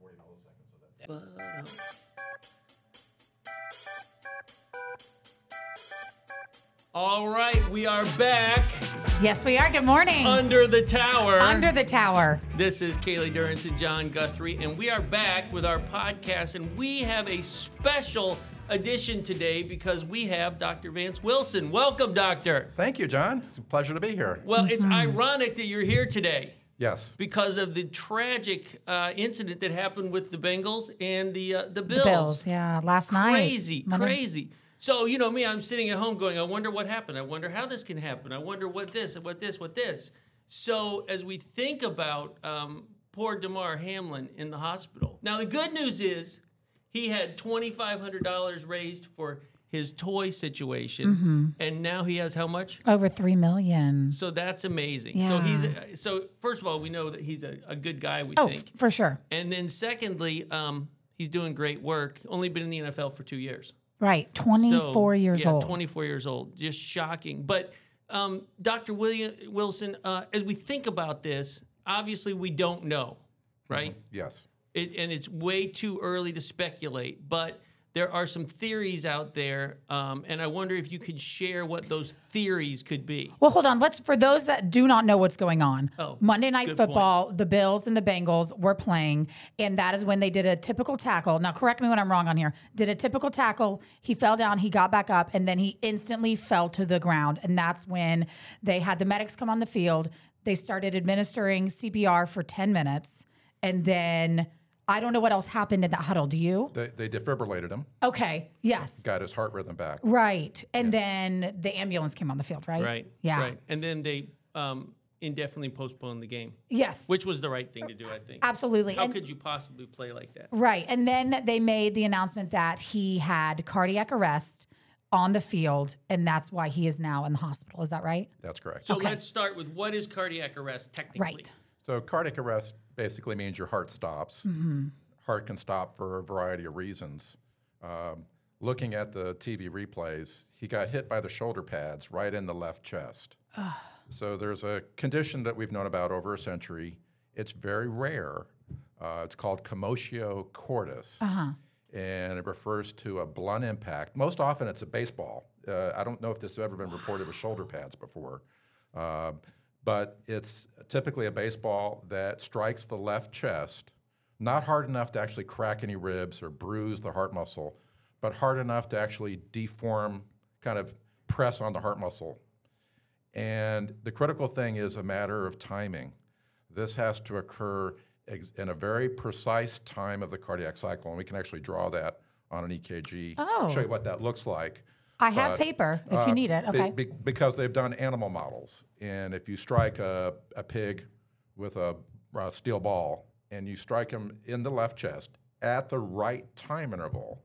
uh, 40 milliseconds of that. um. All right, we are back Yes, we are. Good morning. under the tower. Under the tower. This is Kaylee Durrance and John Guthrie, and we are back with our podcast, and we have a special edition today because we have Dr. Vance Wilson. Welcome, Doctor. Thank you, John. It's a pleasure to be here. Well, it's ironic that you're here today Yes. because of the tragic uh, incident that happened with the Bengals and the uh, the Bills. Bills. Yeah, last night. Crazy, Monday- crazy. So you know me, I'm sitting at home going, I wonder what happened. I wonder how this can happen. I wonder what this, what this, what this. So as we think about um, poor Damar Hamlin in the hospital. Now the good news is he had twenty five hundred dollars raised for his toy situation, Mm-hmm. and now he has how much? Over three million. So that's amazing. So Yeah. he's so first of all, we know that he's a, a good guy. We Oh, f- think for sure. and then secondly, um, he's doing great work. Only been in the NFL for two years. Right. Twenty-four So, years yeah, old. 24 years old. Just shocking. But um, Dr. William Wilson, uh, as we think about this, obviously we don't know, right? Yes. It, and it's way too early to speculate. But there are some theories out there, um, and I wonder if you could share what those theories could be. Well, hold on. Let's for those that do not know what's going on. Oh, Monday Night good point. Football, the Bills and the Bengals were playing, and that is when they did a typical tackle. Now, correct me when I'm wrong on here. Did a typical tackle. He fell down. He got back up, and then he instantly fell to the ground. And that's when they had the medics come on the field. They started administering CPR for 10 minutes, and then I don't know what else happened in that huddle. Do you? They, they defibrillated him, Okay. Yes. got his heart rhythm back. Right. And then the ambulance came on the field. Right. Right. Yeah. Right. And then they um, indefinitely postponed the game, Yes. which was the right thing to do, I think. Absolutely. How Uh, And- could you possibly play like that? Right. And then they made the announcement that he had cardiac arrest on the field, and that's why he is now in the hospital. Is that right? That's correct. So So, Okay. let's start with what is cardiac arrest technically? Right. cardiac arrest basically means your heart stops. Heart can stop for a variety of reasons. Um, looking at the TV replays, he got hit by the shoulder pads right in the left chest. So there's a condition that we've known about over a century. It's very rare. Uh, it's called commotio cordis, and it refers to a blunt impact. Most often, it's a baseball. Uh, I don't know if this has ever been reported with shoulder pads before, Um but it's typically a baseball that strikes the left chest, not hard enough to actually crack any ribs or bruise the heart muscle, but hard enough to actually deform, kind of press on the heart muscle and the critical thing is a matter of timing. This has to occur ex- in a very precise time of the cardiac cycle, and we can actually draw that on an EKG. Oh. Show you what that looks like. I have But, paper if you uh, need it. be- Okay. be- because they've done animal models, and if you strike a, a pig with a, uh steel ball and you strike him in the left chest at the right time interval,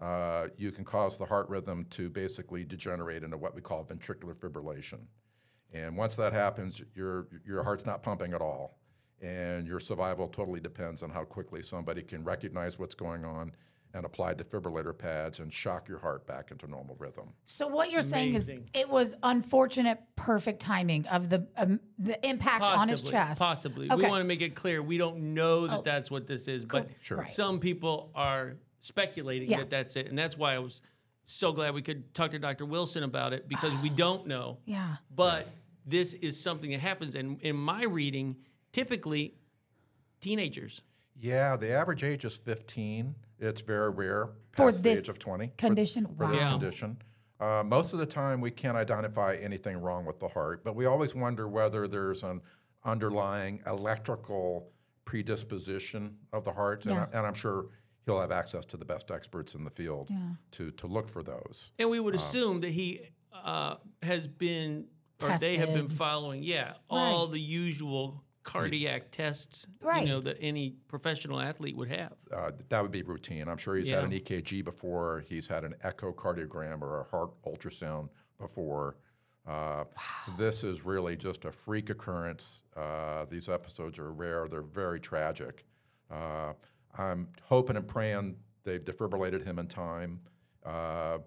uh, you can cause the heart rhythm to basically degenerate into what we call ventricular fibrillation. And once that happens, your your heart's not pumping at all, and your survival totally depends on how quickly somebody can recognize what's going on and apply defibrillator pads and shock your heart back into normal rhythm. so what you're saying is Amazing. it was unfortunate, perfect timing of the um, the impact on his chest. Possibly. Okay. Oh. We want to make it clear we don't know that that's what this is, but Right. some people are speculating Yeah. that that's it. And that's why I was so glad we could talk to Dr. Wilson about it because we don't know. yeah. But this is something that happens. And in my reading, typically teenagers. Yeah, the average age is 15. It's very rare past the this age of 20 for- condition? For, this Wow. condition, uh, most of the time we can't identify anything wrong with the heart, but we always wonder whether there's an underlying electrical predisposition of the heart, and, I, and I'm sure he'll have access to the best experts in the field to to look for those. And we would assume that he uh, has been, or they have been Tested. following, yeah, all the usual cardiac tests, Right. you know, that any professional athlete would have. uh, that would be routine. I'm sure he's had Yeah. an EKG before. He's had an echocardiogram or a heart ultrasound before. Uh, This is really just a freak occurrence. Uh, these episodes are rare. They're very tragic. Uh, I'm hoping and praying they've defibrillated him in time. Uh,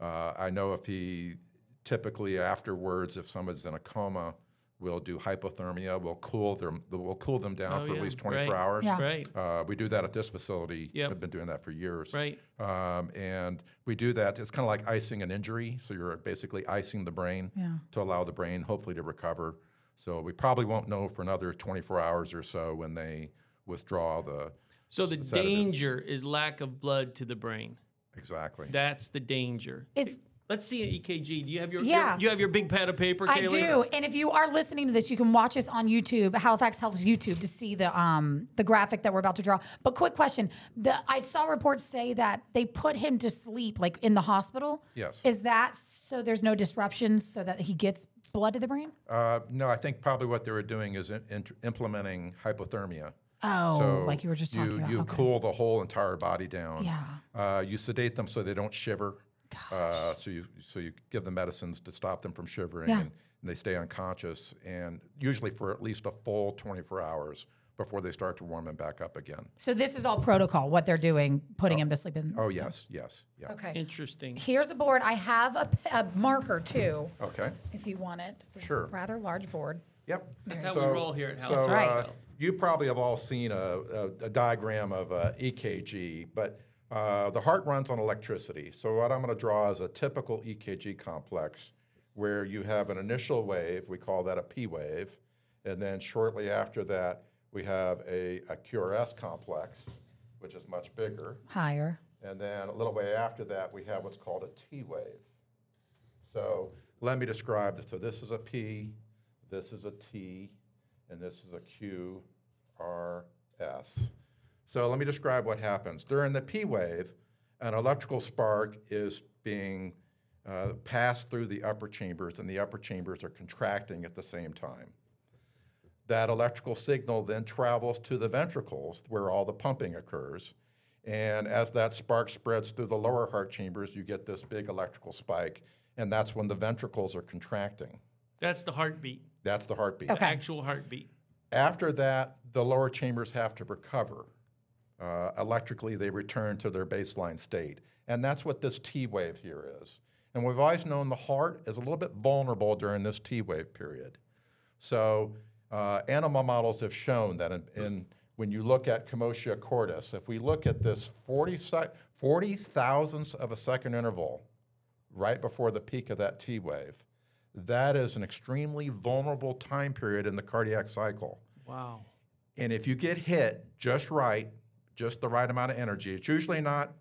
uh, I know if he typically afterwards, if someone's in a coma, We'll do hypothermia. We'll cool them. We'll cool them down Oh, for yeah, at least 24 right, hours. Yeah. Right. Uh, we do that at this facility. Yep. I've been doing that for years. Right. Um, and we do that. It's kind of like icing an injury. So you're basically icing the brain Yeah. to allow the brain hopefully to recover. So we probably won't know for another 24 hours or so when they withdraw the So the sedative. danger is lack of blood to the brain. exactly. That's the danger. Is- Let's see an EKG. Do you have your, Yeah. your- you have your big pad of paper, I Kaylee? do. And if you are listening to this, you can watch us on YouTube, Halifax Health's YouTube, to see the um the graphic that we're about to draw. But quick question: the I saw reports say that they put him to sleep, like in the hospital. Yes. Is that so? There's no disruptions, so that he gets blood to the brain. Uh, no, I think probably what they were doing is in, in, implementing hypothermia. Oh, so like you were just you, talking about. You Okay. cool the whole entire body down. Yeah. Uh, you sedate them so they don't shiver. Uh, so you so you give them medicines to stop them from shivering, Yeah. and, and they stay unconscious, and usually for at least a full 24 hours before they start to warm them back up again. So this is all protocol. What they're doing, putting him to sleep in. Oh yes, yes, yeah. Okay. Interesting. Here's a board. I have a, p- a marker too, Okay. if you want it. It's a Sure. Rather large board. Yep. That's how we roll here at Halifax. That's right. uh, you probably have all seen a, a, a diagram of uh, a EKG, but uh, the heart runs on electricity. So what I'm going to draw is a typical EKG complex where you have an initial wave, we call that a P wave, and then shortly after that we have a, a QRS complex, which is much bigger. Higher. And then a little way after that, we have what's called a T wave. So let me describe this. So this is a P, this is a T, and this is a Q, R, S. So let me describe what happens. During the P wave, an electrical spark is being uh, passed through the upper chambers, and the upper chambers are contracting at the same time. That electrical signal then travels to the ventricles where all the pumping occurs. And as that spark spreads through the lower heart chambers, you get this big electrical spike. And that's when the ventricles are contracting. That's the heartbeat, That's the heartbeat. the actual heartbeat. After that, the lower chambers have to recover. Uh, electrically, they return to their baseline state. And that's what this T wave here is. And we've always known the heart is a little bit vulnerable during this T wave period. So uh, animal models have shown that in, in, when you look at commotia cordis, if we look at this 40, sec- 40 thousandths of a second interval right before the peak of that T wave, that is an extremely vulnerable time period in the cardiac cycle. Wow. And if you get hit just right, just the right amount of energy, it's usually not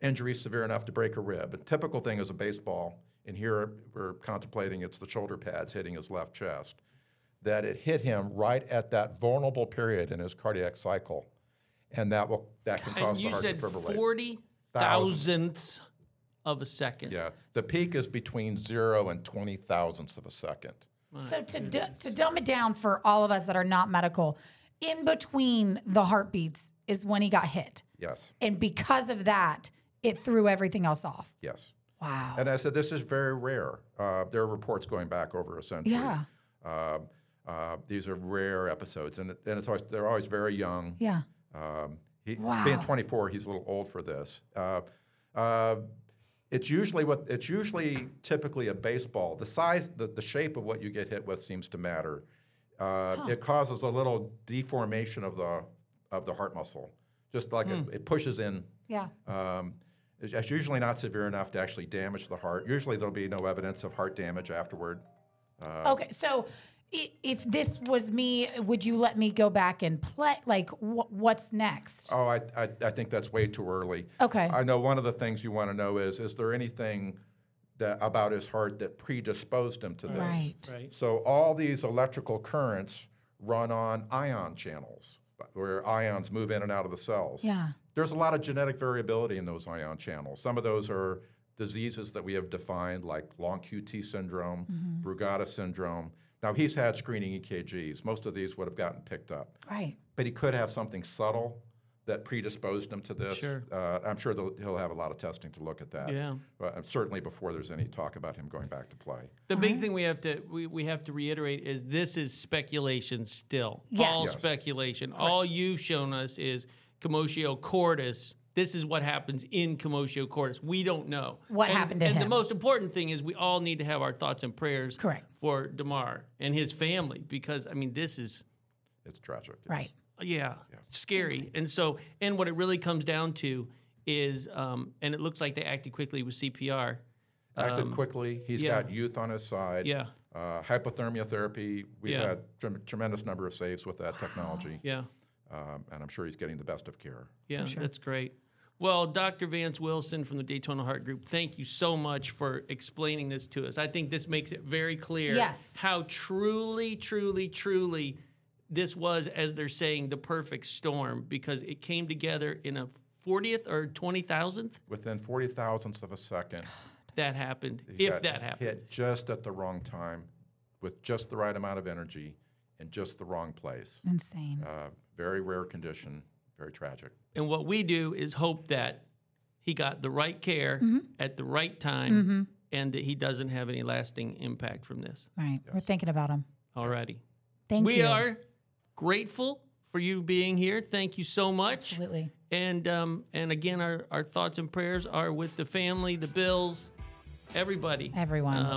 injury severe enough to break a rib. A typical thing is a baseball, and here we're contemplating it's the shoulder pads hitting his left chest, that it hit him right at that vulnerable period in his cardiac cycle. And that will that can And cause the you heart said to fibrillate. 40 thousandths of a second. yeah. The peak is between zero and twenty thousandths of a second. So to d- to dumb it down for all of us that are not medical, in between the heartbeats is when he got hit, Yes. and because of that, it threw everything else off. Yes. Wow. And I said, this is very rare. Uh, there are reports going back over a century. Yeah. Um, uh, these are rare episodes, and, it- and it's always, they're always very young. Yeah. Um, he, Wow. Being 24, he's a little old for this. Uh, uh, it's usually what it's usually typically a baseball. The size, the, the shape of what you get hit with seems to matter. Uh, It causes a little deformation of the of the heart muscle, just like Hmm. it, it pushes in Yeah. um, it's it's usually not severe enough to actually damage the heart. Usually, there'll be no evidence of heart damage afterward. okay. So i- if this was me, would you let me go back and play? Like, wh- what's next? Oh, I, I, I think that's way too early. Okay. I know one of the things you want to know is is there anything that about his heart that predisposed him to this? Right. Right. So all these electrical currents run on ion channels where ions move in and out of the cells. Yeah. There's a lot of genetic variability in those ion channels. Some of those are diseases that we have defined like long QT syndrome, Mm-hmm. Brugada syndrome. Now he's had screening EKGs. Most of these would have gotten picked up Right. but he could have something subtle that predisposed him to this. Sure. Uh, I'm sure they'll- he'll have a lot of testing to look at that. Yeah. But uh, certainly before there's any talk about him going back to play. The big thing we have to we, we have to reiterate is this is speculation still. Yes. All Yes. speculation. All you've shown us is commotio cordis This is what happens in Commotion Courts. We don't know What And- happened to and the him? most important thing is we all need to have our thoughts and prayers Correct. for Demar and his family because I mean this is It's tragic. yes. Right. yeah, scary. And so, and what it really comes down to is, um, and it looks like they acted quickly with CPR. Acted quickly. He's Um, yeah. got youth on his side. Yeah, Uh, hypothermia therapy. We've Yeah. had trem- tremendous number of saves with that technology, yeah, um, and I'm sure he's getting the best of care. yeah. That's great. Well, Dr. Vance Wilson from the Daytona Heart Group, thank you so much for explaining this to us. I think this makes it very clear Yes. how truly, truly, truly this was, as they're saying, the perfect storm because it came together in a 40th or 20,000th Within forty thousandths of a second, that happened, he if got that happened. hit just at the wrong time, with just the right amount of energy, in just the wrong place. Insane. Uh, very rare condition. Very tragic. And what we do is hope that he got the right care at the right time and that he doesn't have any lasting impact from this. All right. We're thinking about him. Alrighty. Thank we you. are grateful for you being here. Thank you so much. Absolutely. And um, and again our, our thoughts and prayers are with the family, the bills, everybody. Everyone.